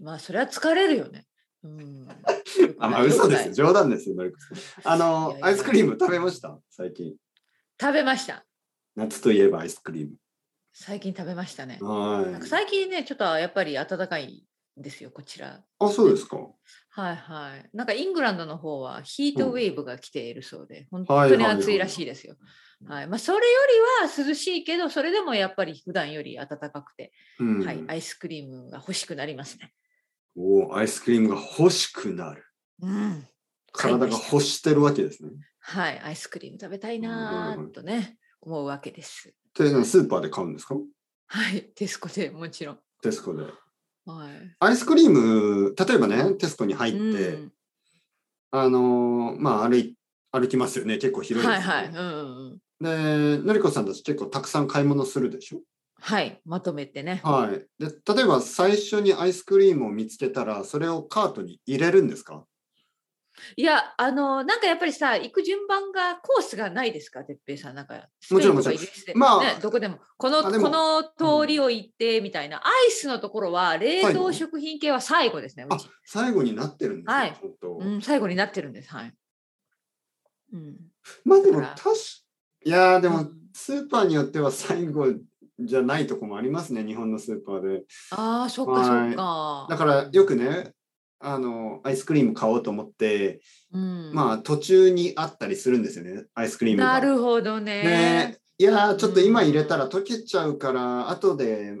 まあそれは疲れるよね。うん。あ、まあ、嘘ですよ。よ。冗談ですよ、のりこさん。あいのやい、やアイスクリーム食べました最近。食べました。夏といえばアイスクリー最近食べましたね。ム。はなんかい。最近ね、ちょっとやっぱり暖かいんですよ、こちら。あ、そうですか。はいはい。なんかイングランドの方はヒートウェーブが来ているそうで、は本い当はいにはい暑いらしいですよ。はい。まあそれよりは涼しいけど、それでもやっぱり普段より暖かくて、うん。はい、アイスクリームが欲しくなりますね。おーアイスクリームが欲しくなる。うん。買いま体がした欲してるわけですね。はい、アイスクリーム食べたいなーとね、思うわけです。というのはスーパーで買うんですかはい、テスコでもちろん。テスコで。はい。アイスクリーム、例えばね、テスコに入って、うんあのーまあ歩い、歩きますよね。結構広いではいすよはい、ね、うんうんうん。で、のりこさんたち結構たくさん買い物するでしょはい、まとめてね。はい。で、例えば最初にアイスクリームを見つけたら、それをカートに入れるんですかいや、あの、なんかやっぱりさ、行く順番が、コースがないですか、てっぺいさん。なんか、スもペちイろんンともちかろんイギリスで、まあね、どこでも、この、あでもこの通りを行って、みたいな、アイスのところは、冷最後凍食品系は最後ですね、うあち。、最後になってるんですよはいちょっとうん、最後になってるんです、はい。うん。まあでもだから確かいやーでうもんスーパーによっては最後じゃないとこもありますね日本のスーパーでああ、そっか、はいそっか。だからよくねあのアイスクリーム買おうと思って、うん、まあ途中にあったりするんですよねアイスクリームがなるほどね。ねいやーちょっと今うん入れたら溶けちゃうから後で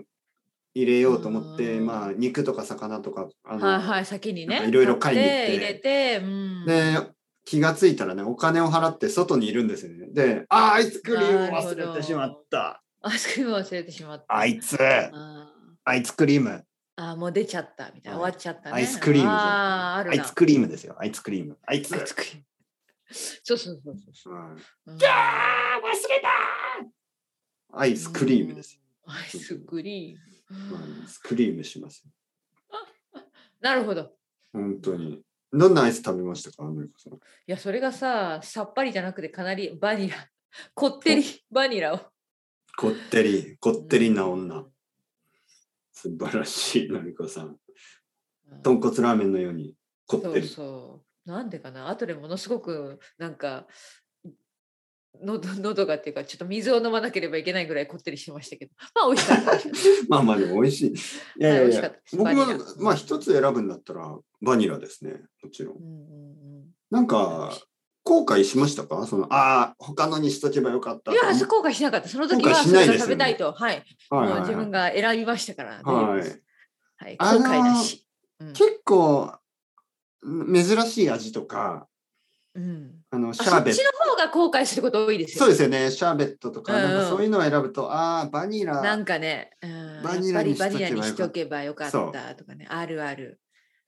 入れようと思って、うんまあ肉とか魚とかあの、はいはい、先になんね。かいろいろ買いに行って買入れて、うん。で気がついたらねお金を払って外にいるんですよねであーアイスクリーム忘れてしまったアイスクリーム忘れてしまった。あいつあーアイスクリームあー、もう出ちゃったみたいな。は終いわっちゃったね。アイスクリームじゃんああ、あるアな。イスクリームですよアイスクリームあいつアイスクリーム。そうそうそうそう。ううんんギャー忘れたーアイスクリームです。うんアイスクリーよ、ム。アイスクリームしますよなるほど。本当にどんなアイス食べましたかのりこさんいや、それがさ、さっぱりじゃなくて、かなりバニラ、こってりバニラを。こってりこってりな女う素晴らしいのりこさんん。豚骨ラーメンのようにこってそりうそう。なんでかな後でものすごくなんか喉 喉がっていうかちょっと水を飲まなければいけないぐらいこってりしてましたけどまあ美味しかった美味しかっ まあまあでも美味しい。いた。やいはい美やい味しかやったです僕バもニラまあ一つ選ぶんだったらバニラですね、もちろんう。んうんなんか後悔しましたかそのああ、他のにしとけばよかっうたん、いと思やっそ後悔しなかったその時後悔はしそないれですがよね食べたいとはい、はいもうはい自はい分が選びましたから、はいはいあ後のー悔だし、うん結構ん珍しい味とか、うん、あのシあャそーっベッちト。の方が後悔すること多いですよそうですよね、シャーベットとか、うんうんなんかそういうのを選ぶと、ああ、バニなラ。んかね、うん、ババニニララににしとけばよかっしたとけばよかっそたうとかねあるある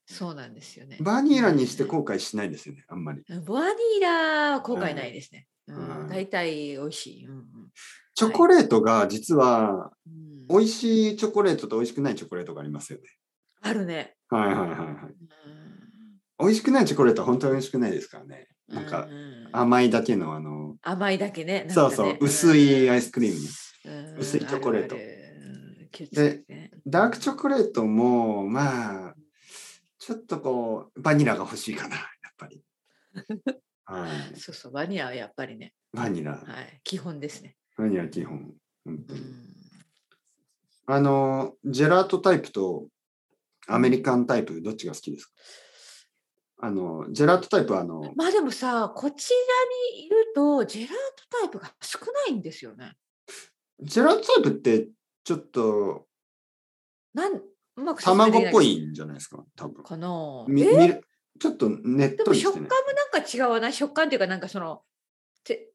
そうなんですよねバニラにして後悔しないですよね、あんまり。バニラは後悔ないですね。んうん大体美味しい。うんうんチョコレートが実は、うん美味しいチョコレートと美味しくないチョコレートがありますよね。あるね。はいはいはいはい。うん美味しくないチョコレートは本当に美味しくないですからね。なんかうう甘いだけのあの、甘いだけね。なんかねそうそう、薄いアイスクリームね。うん薄いチョコレートあるあるうん気をつけてねダークチョコレートも、まあ、ちょっとこう、バニラが欲しいかな、や っぱり。はい、そうそう、バニラはやっぱりね、バニラ、はい、基本ですね。バニラ基本。本当うにんあの、ジェラートタイプとアメリカンタイプ、どっちが好きですかあの、ジェラートタイプはあの、まあでもさ、こちらにいると、ジェラートタイプが少ないんですよね。ジェラートタイプってちょっとなんうまく説明でき卵なっぽいんじゃないですか、多分。かな。みえみるちょっとねっでともりし食て感ねも。なんか違わない食感っていうかなんかそのて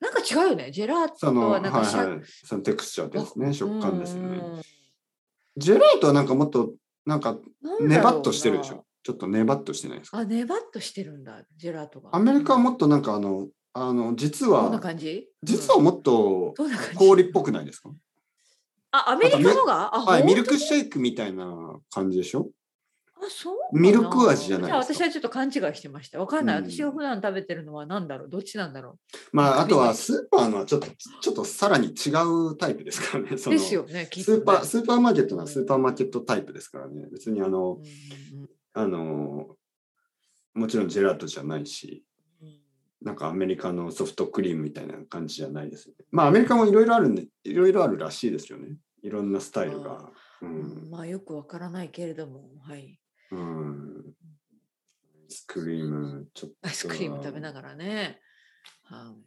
なんか違うよねジェラーそトのとははいなんかしゃ、はい、そのテクスチャーですね、食感ですよね。ねジェラートはなんかもっとなんかネバっとしてるでしょ。ちょっとネバっとしてないですか。あネバっとしてるんだジェラートがアメリカはももっとなんかあのあの実どんなは感じ実はうんもっとどんな感じ氷っぽくないですか。あアメリカのがあはい、ほんミルクシェイクみたいな感じでしょ。ああそうかなミルク味じゃないですかじゃあ私はちょっと勘違いしてました。わかんない。うん私が普段食べてるのは何だろうどっちなんだろまあ、あとはスーパーのはちょっと、ちょっとさらに違うタイプですからね。うそのですよね、きっスとねーパー、スーパーマーケットはスーパーマーケットタイプですからね。別にあうの、んあの、もちろんジェラートじゃないし、うんうんなんかアメリカのソフトクリームみたいな感じじゃないですよね。まあアメリカもいろいろあるんで、いろいろあるらしいですよね。いろんなスタイルが。うん。まあよくわからないけれども、はい。うん。アイスクリーム、ちょっと。アイスクリーム食べながらね。はい。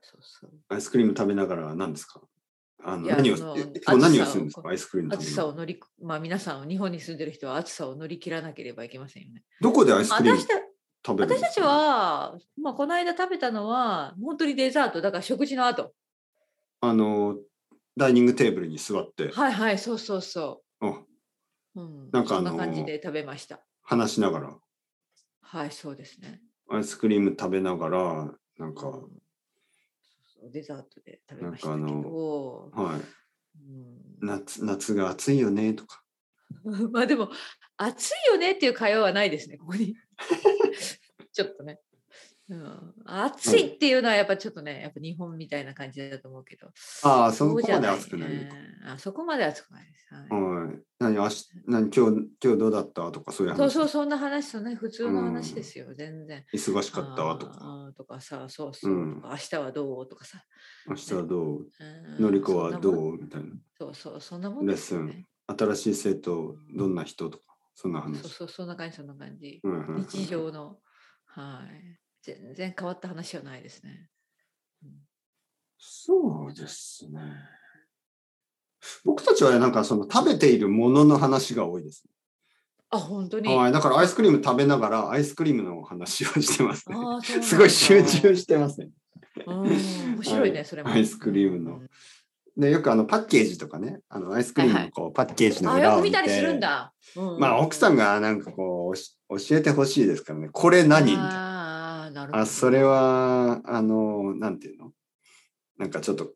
そうそう。アイスクリーム食べながら何ですかあのいや何をそのえ今日何をするんで暑すさかアイスクリーム食暑べなさがをら乗り、まあ皆さん、日本に住んでる人は暑さを乗り切らなければいけませんよね。どこでアイスクリーム私た食べる私んですかたちは、まあこの間食べたのは、本当にデザート、だから食事の後。あのダイニングテーブルに座ってはいはい、そうそうそあう。うん、なんかあのーそんな感じで食べました。話しながらはい、そうですね。アイスクリーム食べながらなんか、うんそうそうデザートで食べましたなけんかあのど。はういん夏夏が暑いよねとか まあでも暑いよねっていう会話はないですねここに ちょっとね、うん、暑いっていうのはやっぱちょっとねやっぱ日本みたいな感じだと思うけどああそこうじまゃでい暑くないのか、ねあそこまで暑くないです、はいはい何明日何今日今日どうだったとかそういう話そうそうそんな話そんな普通の話うんですよ、全然忙しかったとかあーとかさそうそう、うんとか明日はどうとかさ、明日はどううんのりこはそんなもんどうみたいなそうそうそんなもんですよね新しい生徒どんな人とかそんな話そうそうそんな感じそんな感じうんうんうん日常の、はい。全然変わった話はないですね。そうですね。僕たちはなんかその食べているものの話が多いです、あ、本当に。ね。あはい、だからアイスクリーム食べながらアイスクリームの話をしてますね。ーそうなんだすごい集中してますね。うん面白いね、それも。アイスクリームのでよくあのパッケージとかね、あのアイスクリームのこうパッケージうん。のあ、よ裏をく見見て、たりするんだ。うんまあ奥さんがなんかこうおし教えてほしいですからね。これ何みたいなあーなるほど。あ、それは、あの、なんていうのなんかちょっと、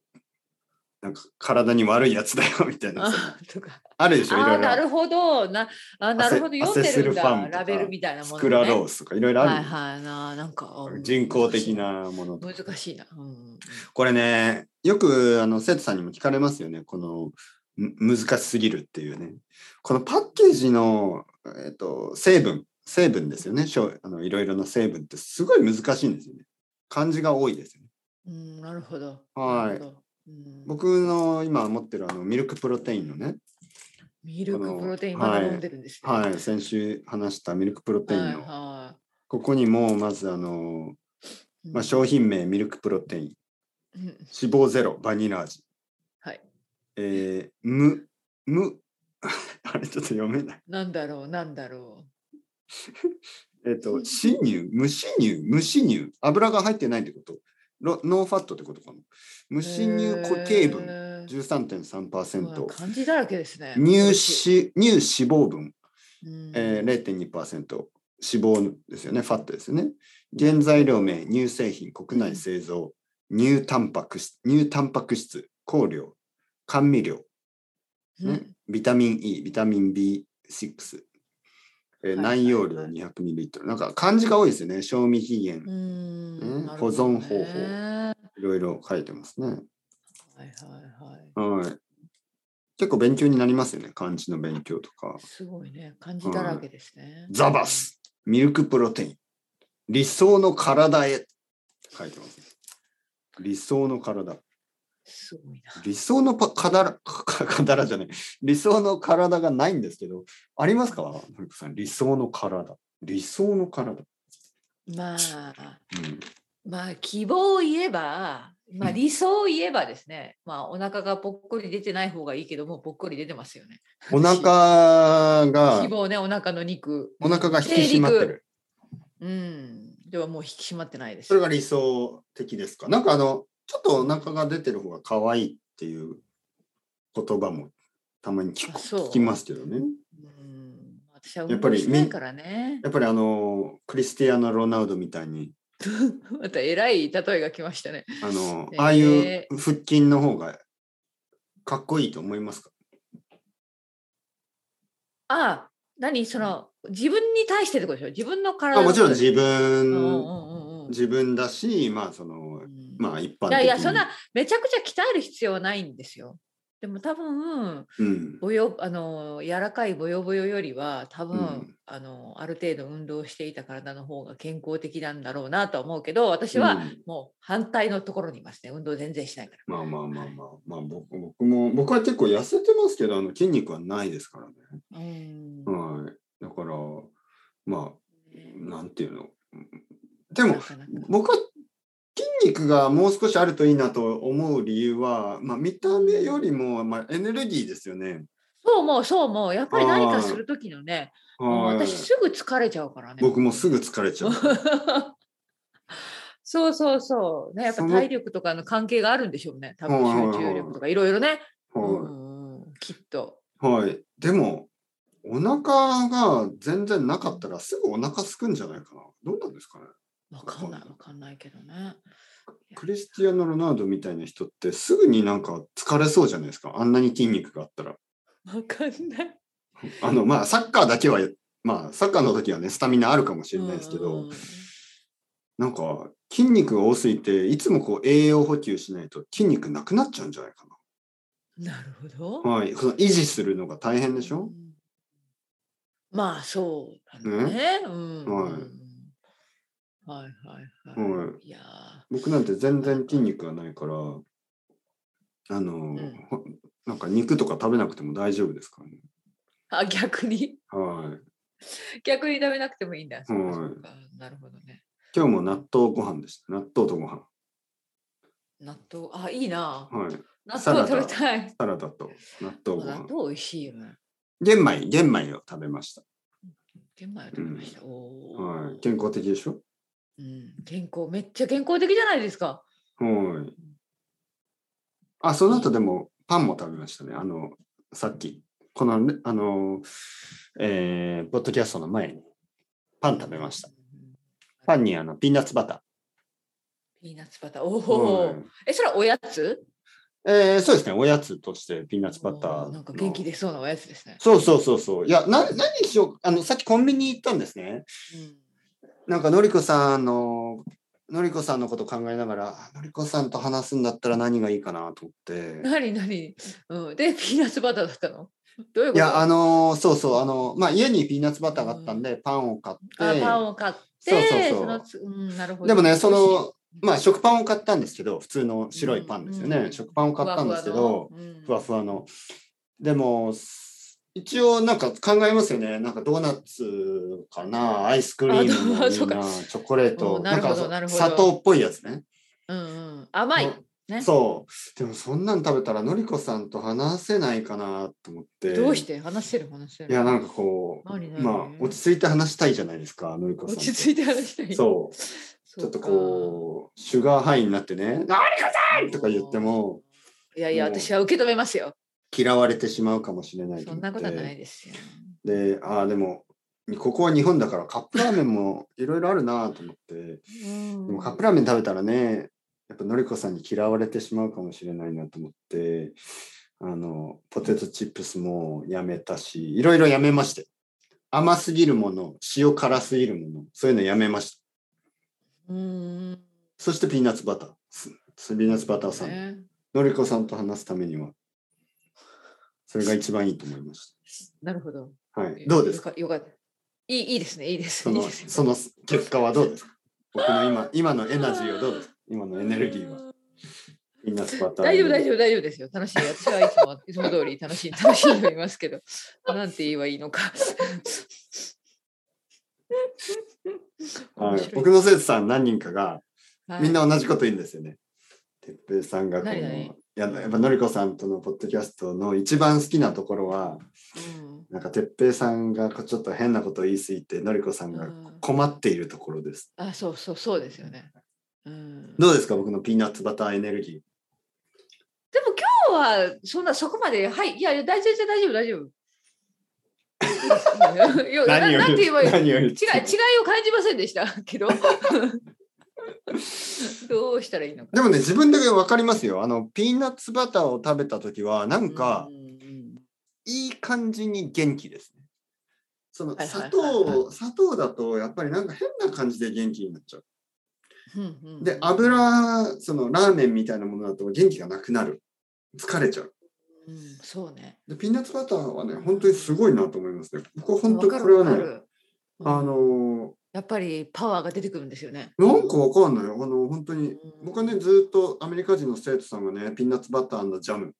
なんか体に悪いやつだよ、 みたいな。あとか。あるでしょ、いろあー、いろ。なるほど。な、あ、なるほど。読アセんでるんアセスルファンだ。とかラベルみたいなもの、スね。クラロースとかいろいろある、はいはいな、なんか。うん人工的。なものと難かしい難しいな。うんうんうん。これね、よくあの生徒さんにも聞かれますよね、このむ難しすぎるっていうね。このパッケージの、えっと成分、成分ですよね、しょうあのいろいろな成分ってすごい難しいんですよね。漢字が多いですよね。うん、なるほど。はいなるほど。うん僕の今持ってるあのミルクプロテインのね、ミルこクのプロテインはまいだ飲んでるんですね。はい、先週話したミルクプロテインの、はここにもまずあの、いまあ、商品名ミルクプロテイン、うんうん脂肪ゼロ、バニラ味。はい。えー、む、む、 あれちょっと読めない。なんだろう、なんだろえっ、と、死乳、無死乳、無死乳、油が入ってないってこと。ロノーファットってことかな。無う。死乳固形へ分ーうわ13.3%。漢字だらけですね。乳脂、乳脂肪分うんえー、0.2%脂肪ですよねファットですよね原材料名乳製品国内製造、乳タンパク質乳タンパク質香料甘味料うんねビタミン E ビタミン B6、えーはい内容量はい 200ml なんか漢字が多いですよね賞味期限うーんねなるほど保存方法はいろいろ書いてますねいはいはい。はい結構勉強になりますよね漢字の勉強とかすごいね、漢字だらけですね。ザバスミルクプロテイン理想の体へ書いてます理想の体すごいな。理想のパかだら かかかだらじゃない理想の体がないんですけどありますかのりこさん理想の体理想の体、まあ、うん、まあ、希望を言えば、まあ、うん理想を言えばですね、まあ、お腹がぽっこり出てない方がいいけども、ぽっこり出てますよね。お腹が希望ね、お腹の肉。お腹が引き締まってるうん。ではもう引き締まってないです。それが理想的ですかなんかあのちょっとお腹が出てる方が可愛いっていう言葉もたまに聞くあそう聞きますけどねうん私はや運っぱ動りしないからね。 やっぱりあのクリスティアーノ・ロナウドみたいにまた偉い例えが来ましたね。あの、えーああいう腹筋の方がかっこいいと思いますかあ何その自分に対してってことでしょ自分の体あもちろんのことで自分、うんうんうんうん自分だし、まあその、うんまあ一般的に。いやいやそんなめちゃくちゃ鍛える必要はないんですよ。でも多分うん、ぼよあの柔らかいぼよぼよよりは多分、うんあのある程度運動していた体の方が健康的なんだろうなとは思うけど私はうんもう反対のところにいますね運動全然しないから。まあまあまあまあ、まあ僕僕も、僕は結構痩せてますけど、あの筋肉はないですからね。うんはい。だから、まあ、なんていうの。でもな、かなか僕は筋肉がもう少しあるといいなと思う理由は、まあ、見た目よりも、まあ、エネルギーですよね。そうもうそうもうやっぱり何はかいする時のねもうはい私すぐ疲れちゃうからね。僕もすぐ疲れちゃう。そうそうそう。ね、やっぱその体力とかの関係があるんでしょうね。多はいはいは分い集中力とかいろいろね。うはんうんきっと。い。はい。でも、お腹が全然なかったらすぐお腹すくんじゃないかな。どうなんですかね。わかんないわかんないけどね。クリスティアーノ・ロナウドみたいな人ってすぐになんか疲れそうじゃないですか。あんなに筋肉があったら。わかんない。あの、まあ、サッカーだけは、まあ、サッカーの時はね、スタミナあるかもしれないですけうどん、なんか、筋肉が多すぎて、いつもこう、栄養補給しないと筋肉なくなっちゃうんじゃないかなるほど。な。はい。その維持するのが大変でしょうんまあそうなんだね。うんはいはいはいはい。はい。いやー僕なんて全然筋肉がないから、あの、んほなんか肉とか食べなくても大丈夫ですからね。あ逆に はい。逆に食べなくてもいいんだ。そうかそうかなるほどね。今日も納豆ご飯でした。納豆とご飯。納豆あいいな。はい。納サラ豆ダ食べたい。サラダと納豆納ご飯。豆美味しいよね。玄米、玄米を食べました。玄米を食べました。おーはい。健康的でしょうん、健康、めっちゃ健康的じゃないですか。はい。あ、その後でもパンも食べましたね。あの、さっき、このね、あの、えー、ポッドキャストの前にパン食べました。うん。パンにあのピーナッツバタピーナッツバター。おー。お、はいえ、それはおやつえーそうですね、おやつとしてピーナッツバタおー。ーなんか元気。出そうなおやつですね。そうそうそうそう。いや、な何にしようあの、さっきコンビニ行ったんですね。うんなんか、のりこさんの、のりこさんのこと考えながら、あのりこさんと話すんだったら何がいいかなと思って。なになに、うん、で、ピーナッツバターだったのどういうこと いや、あのーそうそう、あのーまあ、家にピーナッツバターがあったんで、パンを買って、あパンを買って、そうそうそうのつうん、なるほど。でもね、そ美味しいの、まあ、食パンを買ったんですけど、普通の白いパンですよね。うんうん食パンを買ったんですけど、、ふふわわふふわの。でも、一応、なんか考えますよね。なんかドーナツかな、アイスクリームもあいいそうかな、チョコレーうト、んなるほどんなかるほど砂糖っぽいやつね。わうんうんうん、甘い。ねそう。でも、そんなん食べたら、のりこさんと話せないかなと思って。どうして話せる話せるいや、なんかこう、何何まあ、落ち着いて話したいじゃないですか、のりこさん落と。ち着いて話したい。そう。そちょっとかこう、シュガーハイになってね、のりこさんとか言っても、いやいや、もう私は受け止めますよ。嫌われてしまうかもしれないとそ思んなってことはないですよ。で、ああ、でも、ここは日本だからカップラーメンもいろいろあるなと思って、でもカップラーメン食べたらね、やっぱのりこさんに嫌われてしまうかもしれないなと思って、あの、ポテトチップスもやめたし、いろいろやめまして。甘すぎるもの、塩辛すぎるもの、そういうのやめましうた。ん。うんそしてピーナッツバター。すすピーナッツバターさん。ねのりこさんと話すためには、それが一番いいと思いましなるほど。た。はい。どうですかかよかった。いいいいですね、いいです。その、いいですよその結果はどうですか僕の今、今のエナジーはどうですか今のエネルギーは。。ピーナッツバター。大丈夫、大夫。丈夫、大丈夫ですよ。楽しい。私はいつ も、いつも通り楽しい、楽しんでおりますけど、なんて言えばいいのか。は面い、白い僕の生徒さん何人かが、はいみんな同じこと言うんですよね。てっぺいさんがこの、何々いややっぱのりこさんとのポッドキャストの一番好きなところは、うんなんかてっぺいさんがこうちょっと変なことを言い過ぎて、のりこさんうがん困っているところです。あ、そうそう、そうですよね。うんどうですか僕のピーナッツバターエネルギー。でも今日はそんなそこまで、はい、いやいや、大丈夫、大丈夫、大丈夫。いやな 何をなんて言えばいい違う、違い 何を言ってを感じませんでしたけど。 どうしたらいいのか。でもね、自分で分かりますよ。あの、ピーナッツバターを食べたときは、なんか、うんうんうんいい感じに元気ですね。そのはいはい砂はいは糖、砂糖だとやっぱりなんか変な感じで元気になっちゃう。うんうんで、油、そのラーメンみたいなものだと元気がなくなる。疲れちゃう。うん、そうね。で、ピーナッツバターはね、本当にすごいなと思いますね。僕は本当わかこるれはわかね、るうんあのやっぱりパワーが出てくるんですよね。ー、なんかわかんない。あの、本当うにん、僕はね、ずっとアメリカ人の生徒さんがね、ピーナッツバタージャム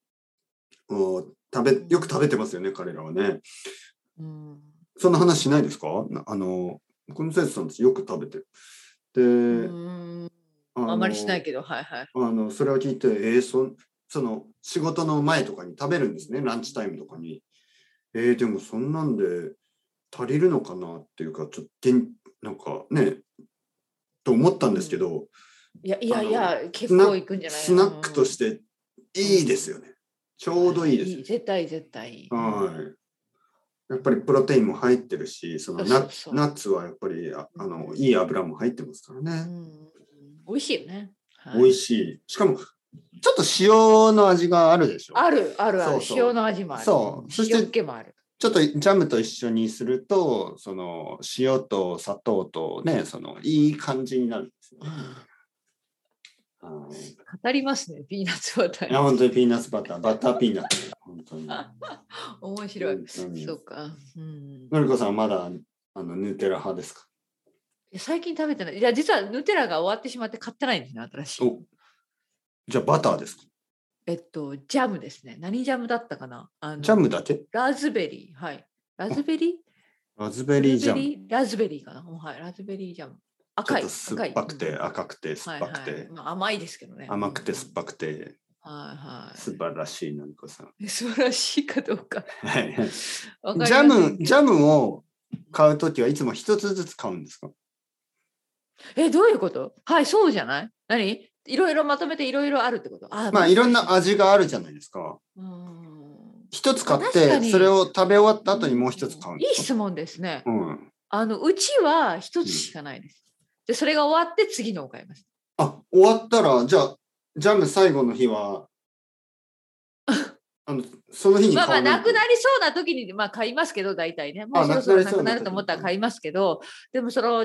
を食べ、よく食べてますよね、彼らはね。うんそんな話しないですかなあの、この生徒さんたちよく食べてる。で、うんのあんまりしないけど、はいはい。あのそれを聞いて、えーそんその仕事の前とかに食べるんですね、ランチタイムとかに。えーでもそんなんで足りるのかなっていうか、ちょっとげん、なんかね、と思ったんですけど、いやいやいや、結スナ構いくんじゃないスナックとしてていいですよね。ちょうどいいです。絶対絶対。はい。やっぱりプロテインも入ってるし、そのナそうそうそうナッツはやっぱりああのいい油も入ってますからね。うん美味しいよね。はい美味しい。しかも、ちょっと塩の味があるでしょ。あるあるあるそうそう塩の味もある。そうそして塩気もある。ちょっとジャムと一緒にすると、その塩と砂糖とね、そのいい感じになるんですよね。はい語りますね、ピーナッツバタいや、ー。本当にピーナッツバター、バターピーナッツ。本当に。面白い。本当にそうか。うんのりこさんはまだあのヌーテラ派ですか最近食べてない。いや、実はヌテラが終わってしまって買ってないんですね、新しい。おじゃあバターですかえっと、ジャムですね。何ジャムだったかなあのジャムだけラズベリー。はい。ラズベリーラズベリージャム。ラズベリーかな。うんはい、ラズベリージャム。ちょ赤っい。と酸っぱく赤いて、うん赤くて、酸っぱくはいはいて、まあ、甘いですけどね。甘くて、酸っぱくて、うんはいはい。素晴らしいのりこさん。素晴らしいかどうか。はいはい。わかりまジせャんけどム、ジャムを買うときはいつも一つずつ買うんですかえ、どういうことはい、そうじゃない何いろいろまとめていろいろあるってことあまあいろんな味があるじゃないですか。うーん一つ買っ確かて、にそれを食べ終わった後にもう一つ買うんいでいすか質問ですね。うん。あの、うちは一つしかないです。で、それが終わって次のを買います。あ、終わったら、じゃあ、ジャム最後の 日は、あのその日にま買あまあ、わなくなり。りそうな時に、まあ買いますけど、大体ね。もうあそろそろななくなりそうくなな時ると思ったら買いますけど、でもその違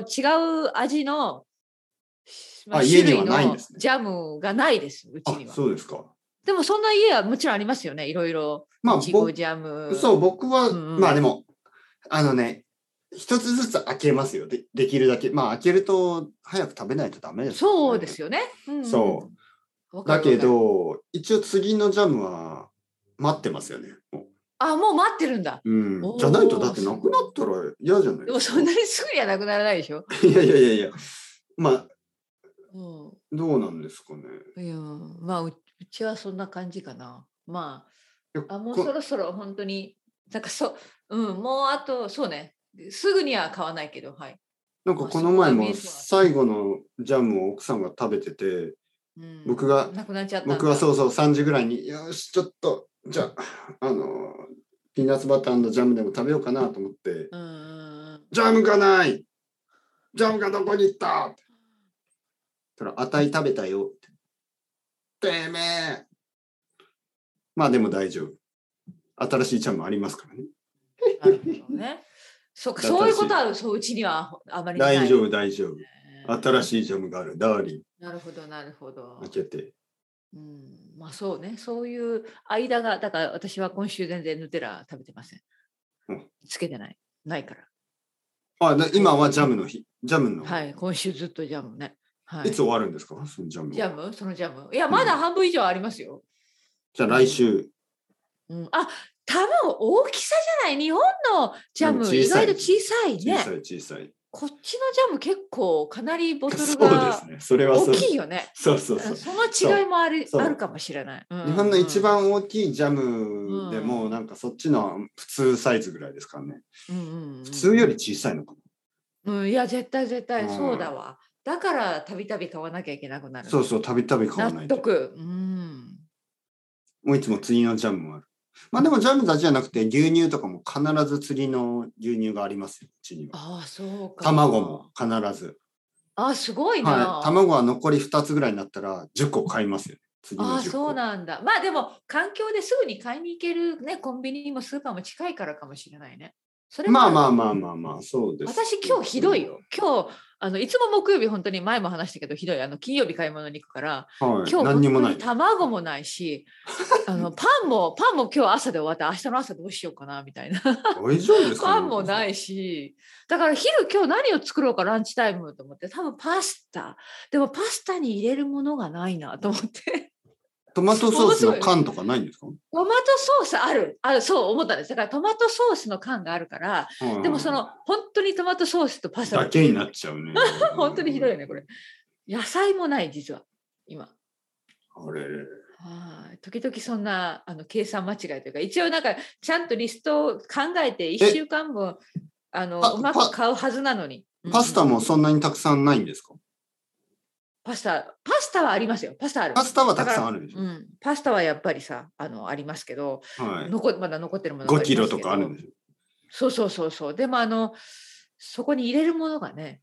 う味の、まあ家にはないんですね種類のジャムがないです、うちあに、は。そうですか。でもそんな家はもちろんありますよね、いろいろ。まあいちぼごジャム。そう、僕は、うんうんまあでも、あのね、一つずつ開けますよ。でできるだけ。まあ開けると早く食べないとダメです、そうですよね。うんうんそわかるわだかるけど、一応次のジャムは待ってますよね。もあ、もう待ってるんだ。ううおん、ーじゃないと、だってなくなったら嫌じゃないでもそんなにすぐにはなくならないでしょ。いやいやいやいや。まあ、うどうなんですかね。ん、いや、まあう、うちはそんな感じかな。まいやあ、あもうこそろそろ本当に、なんかそう、うん、もうあと、そうね、すぐには買わないけど、はい。なんかこの前まもあそこは最後のジャムを奥さんが食べてて、うん、僕がなくなっちゃったんだ。僕はそうそう3時ぐらいに、よし、ちょっと、じゃあ、あの、ピーナッツバタージャムでも食べようかなと思って、うんうんうん。ジャムがないジャムがどこに行ったってそら、あたい食べたよって。てめえまあでも大丈夫。新しいジャムありますからね。なるほどね。 そうか、だからそういうことは、そう、うちにはあまりない。大丈夫、大丈夫。新ししいジャムがある。ダーリン、い。なるほど、なるほど。開けて。うん、まあそうね、そういう間が、だから私は今週全然ヌテラ食べてませんうん。つけてない。ないから。あ、な今はジャムの日。ジャムの。、はい、今週ずっとジャムね。はいい。つ終わるんですかそのジャムは。ジャムそのジャム。いや、まだ半分以上ありますよ。じゃあ来週。うん、あ多分大きさじゃない日本のジャうんム、小さい意外と小さい小ねさい小さい。こっちのジャム結構かなりボトルそうですがね。それはそ大う。きいよね。そうそううそんう。その違いもあるそうあるかもしれない。うん日本の一、番大きいジャムでうんも、なんかそっちの普通サイズぐらいですからね。うんうんうん普通より小さいのかうん、いや、絶対絶対うんそうだわ。だから、たびたび買わなきゃいけなくなな。る。そうそう、たびたび買わな納いと。得。うん。もういつも次のジャムもある。まあでもジャムだけじゃなくて、牛乳とかも必ず次の牛乳がありますよ、うちには。ああ、そうか。卵も。必ず。ああ、すごいな。はい。卵は残り2つぐらいになったら10個買いますよ。次のあ10個。あ、そうなんだ。まあでも、環境ですぐに買いに行けるね、コンビニもスーパーも近いからかもしれないね。それもまあるまあまあまあまあ、そうです。私今日ひどい。よ今日あのいつも木曜日本当に前も話したけどひどいあの金曜日買い物に行くからはい、今日何にもない本当。に卵もない しあのパンもパンも今日朝で終わって明日の朝どうしようかなみたいな大丈夫ですか、。パンもないいしだから昼今日何を作ろうかランチタイムと思って多分パスタでもパスタに入れるものがないなと思って。トマトソースの缶とかないんですか、トマトソースあるあるそう思ったんですだからトマトソースの缶があるからはいでもその本当にトマトソースとパスタ。だけになっちゃうね 本当にひどいよねこれ。れ野菜もない実は今あれれ。はい時々そんなあの計算間違いというか一応なんかちゃんとリストを考えて1週間分あのパうまく買うはずなのにパスタうんうもんそんなにたくさんないんですかパスタパスタはありますよパスタあるパスタはたくさんあるでしょうん、パスタはやっぱりさあのありますけど、はい。残まだ残ってるものが5ありキまロすけどとかあるんでしょそうそうそうそう。でもあの、そこに入れるものがね。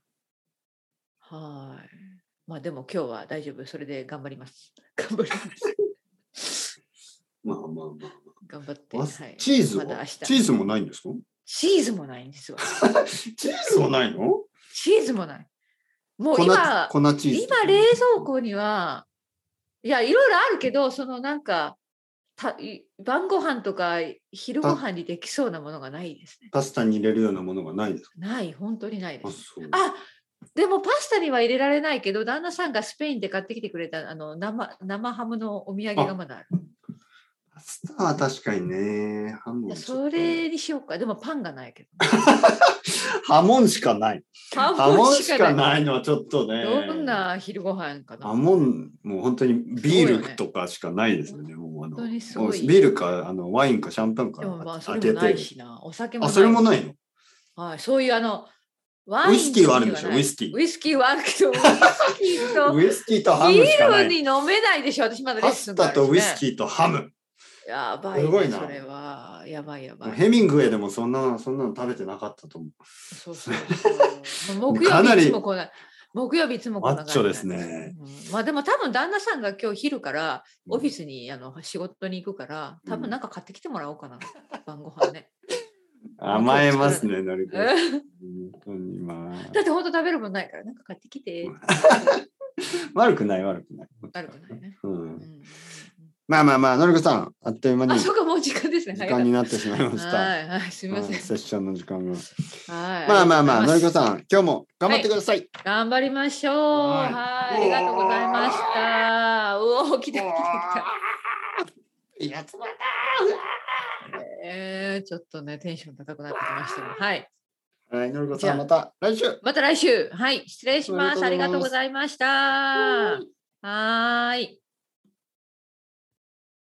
はーい。まあでも今日は大丈夫。それで頑張ります。 頑張ります。まあまあまあ頑張って。まあ。はあい、チーズは、まだ明日チーズもないんですかチーズもないんですわ。チーズもないのチーズもない。もう粉今、粉チーズ。今冷蔵庫には、いや、いろいろあるけど、そのなんか、たい晩ご飯とか昼ご飯にできそうなものがないですね。パスタに入れるようなものがないですかない、本当にないですあ、。そう。あでもパスタには入れられないけど、旦那さんがスペインで買ってきてくれたあの生生ハムのお土産がまだある。パスタは確かにね。ハモンちょっとそれにしようか。でもパンがない けど。ハモンしかない。ハハモンしかい。ないのはちょっとね。どんな昼ご飯かな。ハモン、もう本当にビすごいよーねルとかしかないですよね。もうあの本当にすもごういビールかあのワインかシャンパンかでもまあそ開れけもないて。しな。お酒もあ、ない。それもないのはい、そういうあの、ワウイスキーはあるんでしにょはないウイスキーウイスキーはあるけど、ウイスキーとウイスキーとハビムしかなールにい。飲めないでしょ。私まだレッパススンがあタるしとねウイスキーとハム。やばい、ね。すごいなそれは、やばいやばい。ヘミングウェイでもそんなそんなの食べてなかったと思う。そうそう そうもう木か曜な日りいつも来ない。木曜日いつも来なかったマッチョですね。うんまあでも多分旦那さんが今日昼からオフィスにあの仕事に行くから、多分なんか買ってきてもらおう かな。晩ご飯ね。甘えますね、のりこ。だ本当にまあ。 って本当食べるもんないから、なんか買ってきて。悪くない悪くない。悪くないね。ううんん、うんまあまあまあ、のりこさん、あっという間うんにあ、時そうか、もう時間ですね。間になってしまいました。はい、はい、すみません。うんはいセッションの時間が。ありがまとあうまあまあ、ごのざいりこすさん、今日も頑張ってください。頑張りましょう。ははいい、ありがとうございました。うお、来 た来た来た。いやつだえー、ちょっとね、テンション高くなってきましたが、はい。はい、のりこじさゃあん、また来週。また来週、はい、失礼します。あありりががととううごござざいました。はーい。